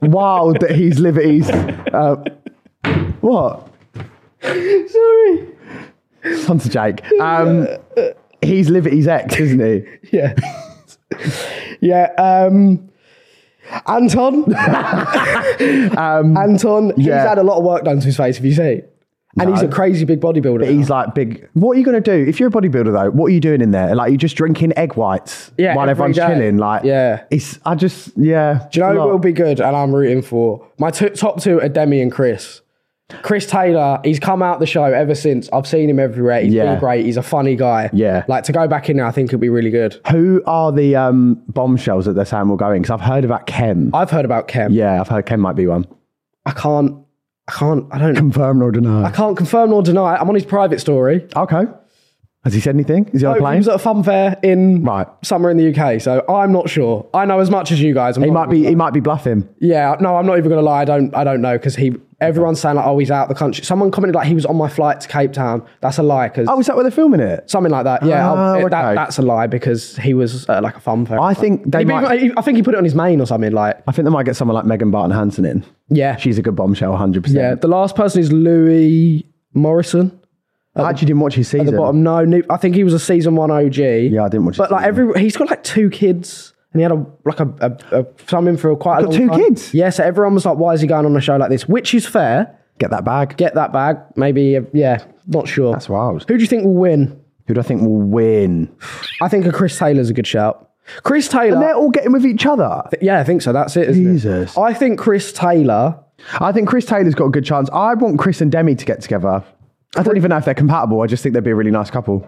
Speaker 2: wild that he's Liberty's. Uh, what? Sorry. On to Jake. Um, he's Liberty's ex, isn't he?
Speaker 1: Yeah. yeah. Um, Anton. Anton,
Speaker 2: Um, yeah.
Speaker 1: he's had a lot of work done to his face, if you see. And he's a crazy big bodybuilder.
Speaker 2: He's like big. What are you going to do if you're a bodybuilder though? What are you doing in there? Like you just drinking egg whites
Speaker 1: Yeah,
Speaker 2: while
Speaker 1: every
Speaker 2: everyone's
Speaker 1: day.
Speaker 2: chilling. Like
Speaker 1: Yeah.
Speaker 2: it's. I just yeah.
Speaker 1: Do you know
Speaker 2: it's a
Speaker 1: who
Speaker 2: lot.
Speaker 1: will be good and I'm rooting for? My t- top two are Demi and Chris. Chris Taylor, he's come out the show ever since. I've seen him everywhere. He's
Speaker 2: Yeah.
Speaker 1: been great. He's a funny guy.
Speaker 2: Yeah.
Speaker 1: Like to go back in now, I think it'd be really good.
Speaker 2: Who are the um, bombshells that they're saying will go in? Because I've heard about Kem.
Speaker 1: I've heard about Kem.
Speaker 2: yeah, I've heard Kem might be one.
Speaker 1: I can't, I can't, I don't,
Speaker 2: Confirmed or
Speaker 1: I
Speaker 2: denied?
Speaker 1: can't confirm nor deny. I'm on his private story.
Speaker 2: Okay. Has he said anything? Is he on a
Speaker 1: Oh, He
Speaker 2: plane?
Speaker 1: was at a fun fair in
Speaker 2: Right.
Speaker 1: somewhere in the UK, so I'm not sure. I know as much as you guys. I'm
Speaker 2: He
Speaker 1: not-
Speaker 2: might be. He might be bluffing.
Speaker 1: Yeah, no, I'm not even gonna lie. I don't. I don't know because he. Everyone's saying like, oh, he's out the country. Someone commented like he was on my flight to Cape Town. That's a lie because
Speaker 2: Oh, is that where they're filming it?
Speaker 1: something like that. Yeah,
Speaker 2: Oh,
Speaker 1: I'll- it-
Speaker 2: okay.
Speaker 1: that, that's a lie because he was at like a fun fair.
Speaker 2: I think they
Speaker 1: He-
Speaker 2: might.
Speaker 1: he- I think he put it on his main or something like.
Speaker 2: I think they might get someone like Megan Barton Hanson in.
Speaker 1: Yeah,
Speaker 2: She's a good bombshell, hundred
Speaker 1: yeah.
Speaker 2: percent.
Speaker 1: The last person is Louis Morrison.
Speaker 2: I actually didn't watch his season.
Speaker 1: the bottom. No, new, I think he was a season one OG. Yeah,
Speaker 2: I didn't watch his
Speaker 1: But like
Speaker 2: season
Speaker 1: every, he's got like two kids, and he had a like a, a, a something for quite a
Speaker 2: Got
Speaker 1: long
Speaker 2: two
Speaker 1: time.
Speaker 2: kids?
Speaker 1: Yeah, so everyone was like, "Why is he going on a show like this?" Which is fair.
Speaker 2: Get that bag.
Speaker 1: Get that bag, maybe. uh, Yeah, not sure.
Speaker 2: That's wild.
Speaker 1: Who do you think will win?
Speaker 2: Who do I think will win?
Speaker 1: I think a Chris Taylor's a good shout. Chris Taylor.
Speaker 2: And they're all getting with each other.
Speaker 1: yeah, I think so. That's it. isn't it?
Speaker 2: Jesus.
Speaker 1: I think Chris Taylor.
Speaker 2: I think Chris Taylor's got a good chance. I want Chris and Demi to get together. I don't even know if they're compatible. I just think they'd be a really nice couple.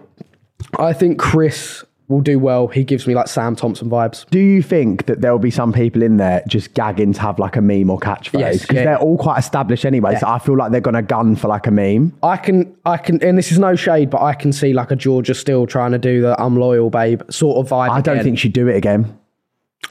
Speaker 1: I think Chris will do well. He gives me like Sam Thompson vibes.
Speaker 2: Do you think that there'll be some people in there just gagging to have like a meme or catchphrase? Because
Speaker 1: Yes, yeah.
Speaker 2: they're all quite established anyway. So I feel like they're going to gun for like a meme.
Speaker 1: I can, I can, and this is no shade, but I can see like a Georgia still trying to do the "I'm loyal, babe" sort of vibe.
Speaker 2: I don't
Speaker 1: again.
Speaker 2: think she'd do it again.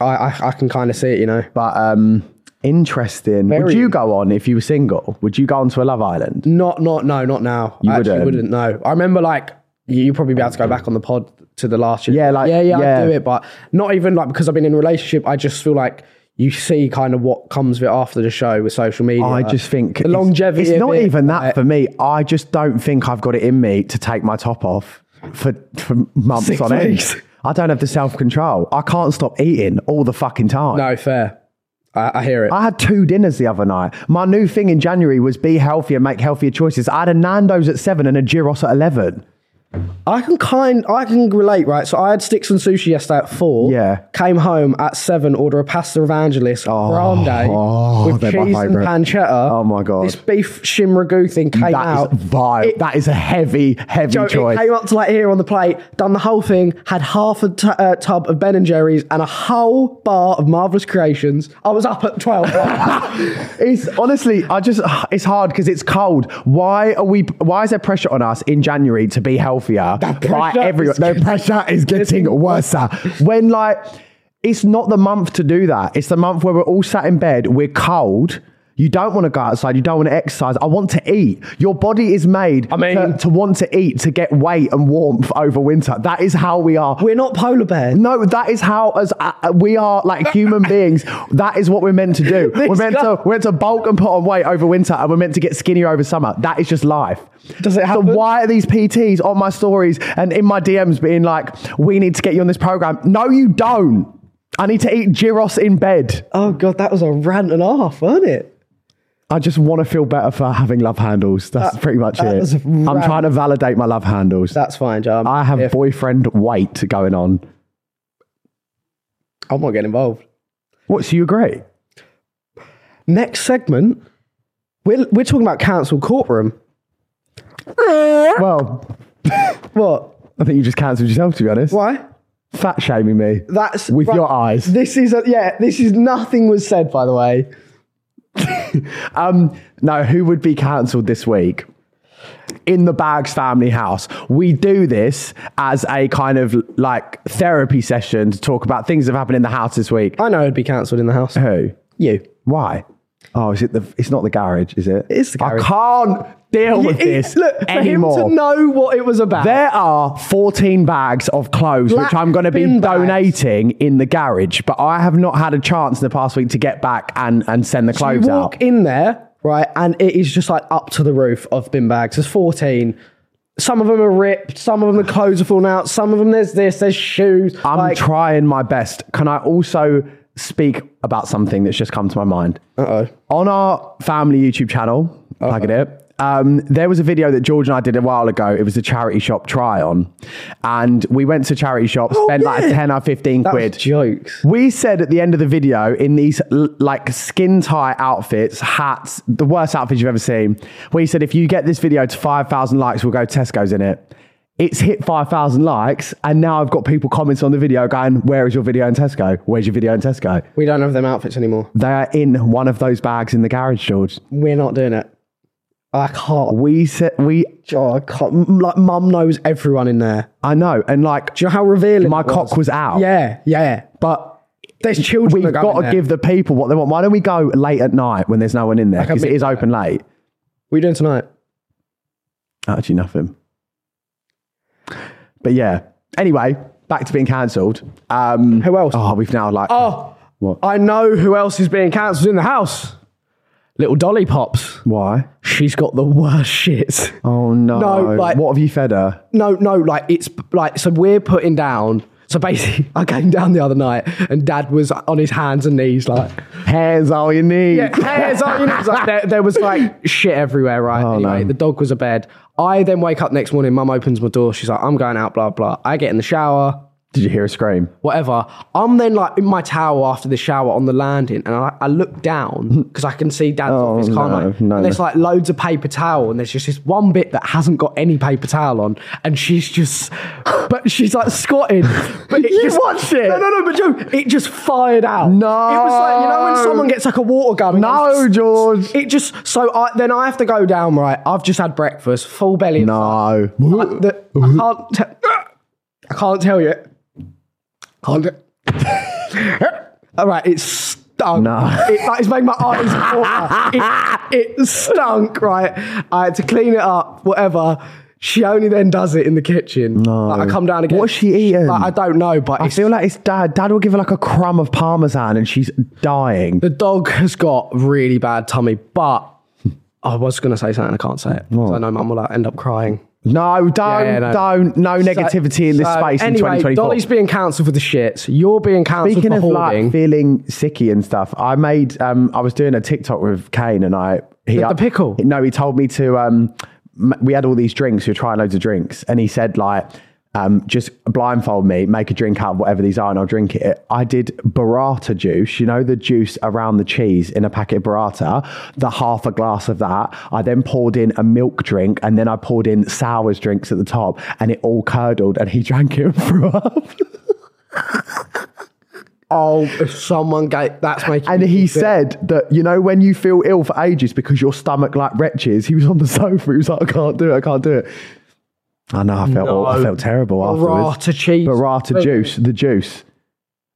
Speaker 1: I, I, I can kind of see it, you know.
Speaker 2: But um, interesting. would
Speaker 1: Very-
Speaker 2: you go on if you were single? Would you go on to a Love Island?
Speaker 1: Not, not, no, not now. I actually
Speaker 2: wouldn't?
Speaker 1: wouldn't know. I remember like you you'd probably be able to go back on the pod to the last year.
Speaker 2: Yeah, like-
Speaker 1: yeah, yeah,
Speaker 2: yeah.
Speaker 1: I'd do it, but not even like because I've been in a relationship. I just feel like you see kind of what comes of it after the show with social media.
Speaker 2: I just think
Speaker 1: the
Speaker 2: it's-
Speaker 1: longevity.
Speaker 2: It's,
Speaker 1: of
Speaker 2: not
Speaker 1: it,
Speaker 2: even that
Speaker 1: like-
Speaker 2: for me. I just don't think I've got it in me to take my top off for, for months
Speaker 1: Six
Speaker 2: on
Speaker 1: weeks.
Speaker 2: end. I don't have the self control. I can't stop eating all the fucking time.
Speaker 1: No, fair. I, I hear it.
Speaker 2: I had two dinners the other night. My new thing in January was be healthier, make healthier choices. I had a Nando's at seven and a Gyros at eleven.
Speaker 1: I can kind, I can relate, right? So I had sticks and sushi yesterday at four.
Speaker 2: Yeah.
Speaker 1: Came home at seven, order a pasta evangelist grande
Speaker 2: oh,
Speaker 1: with
Speaker 2: they're my
Speaker 1: cheese and
Speaker 2: favourite.
Speaker 1: pancetta.
Speaker 2: Oh my God.
Speaker 1: This beef shim ragu thing came out.
Speaker 2: That is vile.
Speaker 1: It-
Speaker 2: that is a heavy, heavy
Speaker 1: Joe,
Speaker 2: choice.
Speaker 1: it came up to like here on the plate, done the whole thing, had half a t- uh, tub of Ben and Jerry's and a whole bar of Marvelous Creations. I was up at 12.
Speaker 2: It's honestly, I just it's hard because it's cold. Why are we? Why is there pressure on us in January to be healthier? By
Speaker 1: pressure
Speaker 2: everyone,
Speaker 1: is
Speaker 2: the pressure is getting worse. When like, it's not the month to do that. It's the month where we're all sat in bed, we're cold. You don't want to go outside. You don't want to exercise. I want to eat. Your body is made
Speaker 1: I mean-
Speaker 2: to, to want to eat, to get weight and warmth over winter. That is how we are.
Speaker 1: We're not polar bears.
Speaker 2: No, that is how as uh, we are like human beings. That is what we're meant to do.
Speaker 1: This
Speaker 2: We're meant
Speaker 1: guy-
Speaker 2: to we're meant to bulk and put on weight over winter, and we're meant to get skinnier over summer. That is just life.
Speaker 1: Does it happen?
Speaker 2: So why are these PTs on my stories and in my DMs being like, "We need to get you on this program"? No, you don't. I need to eat gyros in bed.
Speaker 1: Oh god, that was a rant and a half, wasn't it?
Speaker 2: I just want to feel better for having love handles. That's pretty much
Speaker 1: that was a
Speaker 2: it. I'm
Speaker 1: rant.
Speaker 2: trying to validate my love handles.
Speaker 1: That's fine, John.
Speaker 2: I have
Speaker 1: If-
Speaker 2: boyfriend weight going on.
Speaker 1: I'm not getting involved.
Speaker 2: What? So you agree?
Speaker 1: Next segment, we're we're talking about council courtroom.
Speaker 2: Well,
Speaker 1: What?
Speaker 2: I think you just cancelled yourself, to be honest.
Speaker 1: Why?
Speaker 2: Fat shaming me.
Speaker 1: That's
Speaker 2: With
Speaker 1: right.
Speaker 2: your eyes.
Speaker 1: This is a, yeah. This is nothing was said, by the way.
Speaker 2: Um, no, who would be cancelled this week? In the Bags family house. We do this as a kind of like therapy session to talk about things that have happened in the house this week.
Speaker 1: I know it'd be cancelled in the house.
Speaker 2: Who?
Speaker 1: You.
Speaker 2: Why? Oh, is it the? It's not the garage, is it? It
Speaker 1: is the garage.
Speaker 2: I can't deal with
Speaker 1: It- it-
Speaker 2: this
Speaker 1: look, for
Speaker 2: anymore.
Speaker 1: him to know what it was about.
Speaker 2: There are 14 bags of clothes
Speaker 1: Black
Speaker 2: which I'm going to be
Speaker 1: bin bags.
Speaker 2: donating in the garage, but I have not had a chance in the past week to get back and, and send the
Speaker 1: you
Speaker 2: clothes
Speaker 1: walk
Speaker 2: out.
Speaker 1: in there, right, and it is just like up to the roof of bin bags. There's 14. Some of them are ripped. Some of them the clothes are falling out. Some of them there's this. There's shoes.
Speaker 2: I'm
Speaker 1: like,
Speaker 2: trying my best. Can I also speak about something that's just come to my mind?
Speaker 1: Uh-oh.
Speaker 2: On our family YouTube channel, plug it up. Um, there was a video that George and I did a while ago. It was a charity shop try on. And we went to charity shop, spent like 10 or 15
Speaker 1: Oh, that was
Speaker 2: quid.
Speaker 1: jokes.
Speaker 2: We said at the end of the video, in these l- like skin tie outfits, hats, the worst outfits you've ever seen. We said, if you get this video to 5,000 likes, we'll go Tesco's in it. It's hit 5,000 likes, and now I've got people commenting on the video going, Where is your video in Tesco? Where's your video in Tesco?
Speaker 1: We don't have them outfits anymore.
Speaker 2: They are in one of those bags in the garage, George.
Speaker 1: We're not doing it. I can't.
Speaker 2: We said, We,
Speaker 1: Oh, I can't. M- Like, mum knows everyone in there.
Speaker 2: I know, and like,
Speaker 1: Do you know how revealing
Speaker 2: my
Speaker 1: it was?
Speaker 2: cock was out.
Speaker 1: Yeah, yeah.
Speaker 2: But
Speaker 1: There's children.
Speaker 2: we've
Speaker 1: that go in
Speaker 2: got to
Speaker 1: there.
Speaker 2: give the people what they want. Why don't we go late at night when there's no one in there?
Speaker 1: Like a
Speaker 2: Because it is
Speaker 1: midnight.
Speaker 2: open late.
Speaker 1: What are you doing tonight?
Speaker 2: Actually, nothing. But yeah. Anyway, back to being cancelled. Um,
Speaker 1: Who else?
Speaker 2: Oh, we've now like.
Speaker 1: Oh, I know who else is being cancelled in the house. Little Dolly Pops.
Speaker 2: Why?
Speaker 1: She's got the worst shit.
Speaker 2: Oh no!
Speaker 1: No, like-
Speaker 2: what have you fed her?
Speaker 1: No, no, like it's like so we're putting down. So basically, I came down the other night and Dad was on his hands and knees, like
Speaker 2: Hair's all you need.
Speaker 1: yeah, hairs on your knees. Like, there, there was like shit everywhere, right?
Speaker 2: Oh,
Speaker 1: anyway,
Speaker 2: no.
Speaker 1: the dog was abed. I then wake up next morning. Mum opens my door. She's like, "I'm going out." Blah blah. I get in the shower.
Speaker 2: Did you hear a scream?
Speaker 1: whatever. I'm then like in my towel after the shower on the landing, and I, I look down because I can see Dad's
Speaker 2: Oh,
Speaker 1: office, can't I?
Speaker 2: no, no,
Speaker 1: and there's
Speaker 2: no.
Speaker 1: like loads of paper towel, and there's just this one bit that hasn't got any paper towel on, and she's just, but she's like squatting. But it
Speaker 2: You
Speaker 1: just,
Speaker 2: watched it?
Speaker 1: No, no, no, but Joe, it just fired out.
Speaker 2: No.
Speaker 1: it was like you know when someone gets like a water gun. and
Speaker 2: No,
Speaker 1: goes,
Speaker 2: George.
Speaker 1: It just so I then I have to go down. Right, I've just had breakfast, full belly.
Speaker 2: No.
Speaker 1: I, the, I can't. Te- I can't tell you. Can't. Te- All right, it stunk.
Speaker 2: No.
Speaker 1: It, like, it's made my eyes water. It, it stunk. Right, I had to clean it up. Whatever. She only then does it in the kitchen.
Speaker 2: No.
Speaker 1: Like, I come down again.
Speaker 2: What's she eating?
Speaker 1: Like, I don't know, but
Speaker 2: I
Speaker 1: it's,
Speaker 2: feel like it's dad. Dad will give her like a crumb of parmesan, and she's dying.
Speaker 1: the dog has got really bad tummy. But I was gonna say something. I can't say it. 'cause I know Mum will like, end up crying.
Speaker 2: No, don't,
Speaker 1: yeah, no.
Speaker 2: don't. No negativity in this
Speaker 1: So,
Speaker 2: space in
Speaker 1: anyway,
Speaker 2: 2024.
Speaker 1: Dolly's being cancelled for the shits. You're being cancelled
Speaker 2: Speaking
Speaker 1: for
Speaker 2: of
Speaker 1: hoarding.
Speaker 2: like feeling sicky and stuff, I made um I was doing a TikTok with Kane and I he
Speaker 1: The- the pickle?
Speaker 2: No, he told me to um m- we had all these drinks, we were trying loads of drinks, and he said like um just blindfold me, make a drink out of whatever these are, and I'll drink it. I did burrata juice, you know the juice around the cheese in a packet of burrata, the half a glass of that. I then poured in a milk drink, and then I poured in sours drinks at the top, and it all curdled, and he drank it and threw up.
Speaker 1: oh, if someone gave that's making.
Speaker 2: And
Speaker 1: me
Speaker 2: he
Speaker 1: feel-
Speaker 2: said that, you know, when you feel ill for ages because your stomach like retches, he was on the sofa. He was like, I can't do it. I can't do it. I know. I felt, I felt terrible afterwards.
Speaker 1: Burrata cheese.
Speaker 2: Burrata juice, the juice.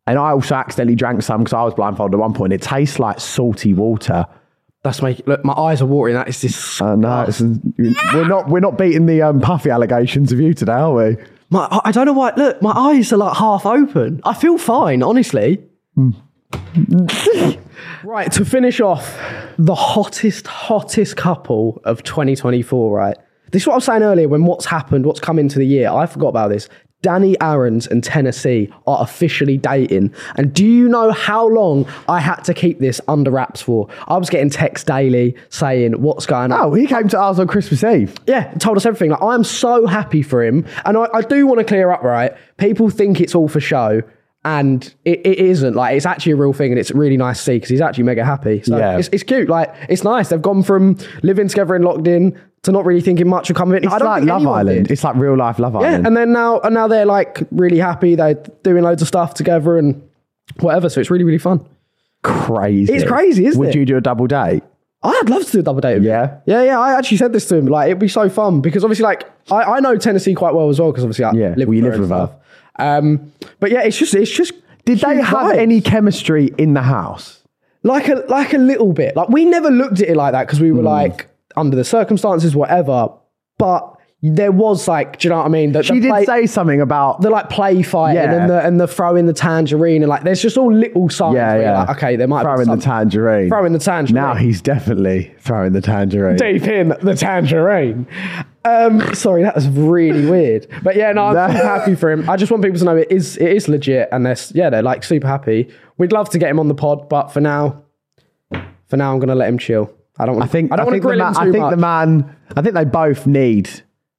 Speaker 2: And I also accidentally drank some because I was blindfolded at one point. It tastes like salty water.
Speaker 1: That's my look. My eyes are watering. That is this.
Speaker 2: Uh, no, it's, we're not we're not beating the um, puffy allegations of you today, are we?
Speaker 1: My, I- I don't know why. Look, my eyes are like half open. I feel fine, honestly. right, to finish off, the hottest, hottest couple of 2024, right? This is what I was saying earlier when what's happened, what's come into the year. I forgot about this. Danny Aarons and Tennessee are officially dating. And do you know how long I had to keep this under wraps for? I was getting texts daily saying, What's going on?
Speaker 2: Oh, he came to ours on Christmas Eve.
Speaker 1: yeah, told us everything. Like, I am so happy for him. And I, I do want to clear up, right? People think it's all for show. And it, it isn't like it's actually a real thing, and it's really nice to see because he's actually mega happy. So
Speaker 2: Yeah.
Speaker 1: it's, it's cute. Like it's nice. They've gone from living together and locked in to not really thinking much will come of it.
Speaker 2: It's
Speaker 1: I don't
Speaker 2: like
Speaker 1: think
Speaker 2: Love
Speaker 1: anyone
Speaker 2: Island.
Speaker 1: did.
Speaker 2: It's like real life Love
Speaker 1: Yeah,
Speaker 2: Island.
Speaker 1: and then now and now they're like really happy. They're doing loads of stuff together and whatever. So it's really really fun.
Speaker 2: crazy.
Speaker 1: It's crazy, isn't
Speaker 2: Would
Speaker 1: it?
Speaker 2: you do a double date?
Speaker 1: I'd love to do a double date. with him.
Speaker 2: Yeah?
Speaker 1: yeah, yeah. I actually said this to him. Like, it'd be so fun because obviously, like, I, I know Tennessee quite well as well because obviously I
Speaker 2: Yeah,
Speaker 1: live
Speaker 2: well, you
Speaker 1: with her and
Speaker 2: live with her.
Speaker 1: stuff. Um, but yeah, it's just it's just.
Speaker 2: Did they
Speaker 1: cute
Speaker 2: have
Speaker 1: vibes.
Speaker 2: any chemistry in the house?
Speaker 1: like a like a little bit? Like we never looked at it like that because we were
Speaker 2: Hmm.
Speaker 1: like under the circumstances, whatever. But there was like, do you know what I mean? That
Speaker 2: She did say something about
Speaker 1: the like play fighting
Speaker 2: Yeah.
Speaker 1: and the and the throwing the tangerine and like there's just all little signs.
Speaker 2: yeah,
Speaker 1: where you're
Speaker 2: yeah.
Speaker 1: Like, okay, there might
Speaker 2: throwing
Speaker 1: be
Speaker 2: the tangerine.
Speaker 1: throwing the tangerine.
Speaker 2: Now he's definitely throwing the tangerine.
Speaker 1: deep in the tangerine. Um, sorry, that was really weird. But yeah, no, I'm
Speaker 2: That-
Speaker 1: super happy for him. I just want people to know it is it is legit, and they're s- yeah, they're like super happy. We'd love to get him on the pod, but for now, for now, I'm gonna let him chill. I don't.
Speaker 2: I
Speaker 1: Wanna,
Speaker 2: think
Speaker 1: I don't want to
Speaker 2: think the
Speaker 1: grill
Speaker 2: ma-
Speaker 1: him too
Speaker 2: I think
Speaker 1: much.
Speaker 2: the man. I think they both need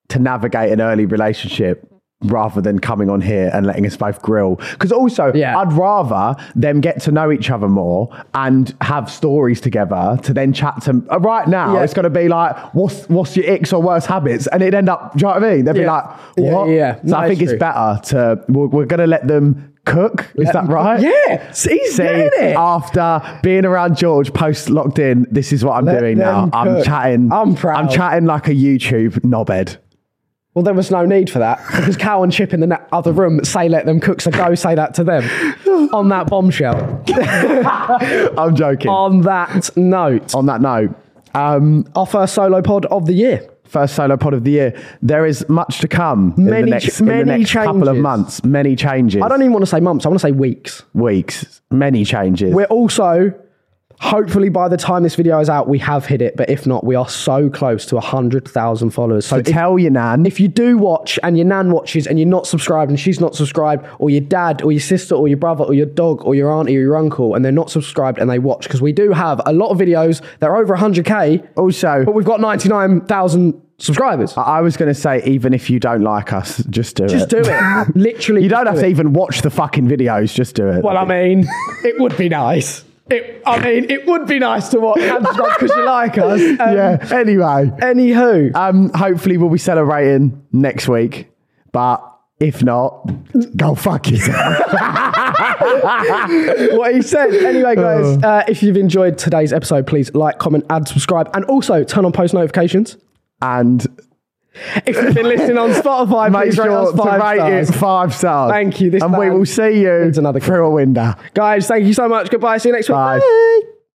Speaker 2: to navigate an early relationship rather than coming on here and letting us both grill. Because also,
Speaker 1: Yeah.
Speaker 2: I'd rather them get to know each other more and have stories together to then chat to. uh, Right now,
Speaker 1: Yeah.
Speaker 2: it's going to be like, what's what's your icks or worst habits, and it'd end up. Do you know what I mean? They'd be
Speaker 1: Yeah.
Speaker 2: like,
Speaker 1: Yeah,
Speaker 2: what?
Speaker 1: yeah, yeah.
Speaker 2: So I
Speaker 1: No,
Speaker 2: think
Speaker 1: it's
Speaker 2: it's
Speaker 1: true.
Speaker 2: better to. We're, we're going to let them. Cook, is that right?
Speaker 1: Yeah, see, he's
Speaker 2: See,
Speaker 1: getting it.
Speaker 2: after being around George post locked in, this is what I'm
Speaker 1: Let
Speaker 2: doing now.
Speaker 1: them
Speaker 2: I'm
Speaker 1: cook.
Speaker 2: chatting.
Speaker 1: I'm proud.
Speaker 2: I'm chatting like a YouTube knobhead.
Speaker 1: well, there was no need for that because Cal and Chip in the ne- other room say let them cook, so go say that to them. on that bombshell.
Speaker 2: I'm joking.
Speaker 1: on that note,
Speaker 2: On that note, um,
Speaker 1: our first solo pod of the year.
Speaker 2: first solo pod of the year. There is much to come in
Speaker 1: Many
Speaker 2: the next,
Speaker 1: ch-
Speaker 2: in the
Speaker 1: many
Speaker 2: next couple of
Speaker 1: changes.
Speaker 2: months. Many changes.
Speaker 1: I don't even want to say months. I want to say weeks.
Speaker 2: weeks. Many changes.
Speaker 1: We're also, hopefully, by the time this video is out, we have hit it. But if not, we are so close to 100,000 followers. So
Speaker 2: so
Speaker 1: if,
Speaker 2: tell your nan.
Speaker 1: if you do watch and your nan watches and you're not subscribed and she's not subscribed, or your dad or your sister or your brother or your dog or your auntie or your uncle and they're not subscribed and they watch, because we do have a lot of videos that are over 100K,
Speaker 2: also,
Speaker 1: but we've got 99,000 subscribers.
Speaker 2: I was going to say, even if you don't like us, just do
Speaker 1: Just
Speaker 2: it.
Speaker 1: do it. Literally.
Speaker 2: You don't
Speaker 1: just
Speaker 2: have
Speaker 1: do
Speaker 2: to
Speaker 1: it.
Speaker 2: even watch the fucking videos. Just do it.
Speaker 1: Well, I mean, it would be nice. It, I mean, it would be nice to watch because you like us. Um,
Speaker 2: yeah. Anyway.
Speaker 1: Anywho,
Speaker 2: Um, hopefully we'll be celebrating next week, but if not, go fuck yourself.
Speaker 1: what he said. Anyway, guys,
Speaker 2: Oh.
Speaker 1: uh, if you've enjoyed today's episode, please like, comment, and subscribe, and also turn on post notifications.
Speaker 2: and
Speaker 1: If you've been listening on Spotify,
Speaker 2: make
Speaker 1: please rate
Speaker 2: sure
Speaker 1: us
Speaker 2: to
Speaker 1: five
Speaker 2: rate
Speaker 1: stars.
Speaker 2: it five stars.
Speaker 1: Thank you, this
Speaker 2: and we
Speaker 1: man
Speaker 2: will see you
Speaker 1: needs another
Speaker 2: through a window.
Speaker 1: Guys, thank you so much. Goodbye. See you next week.
Speaker 2: Bye.
Speaker 1: Bye.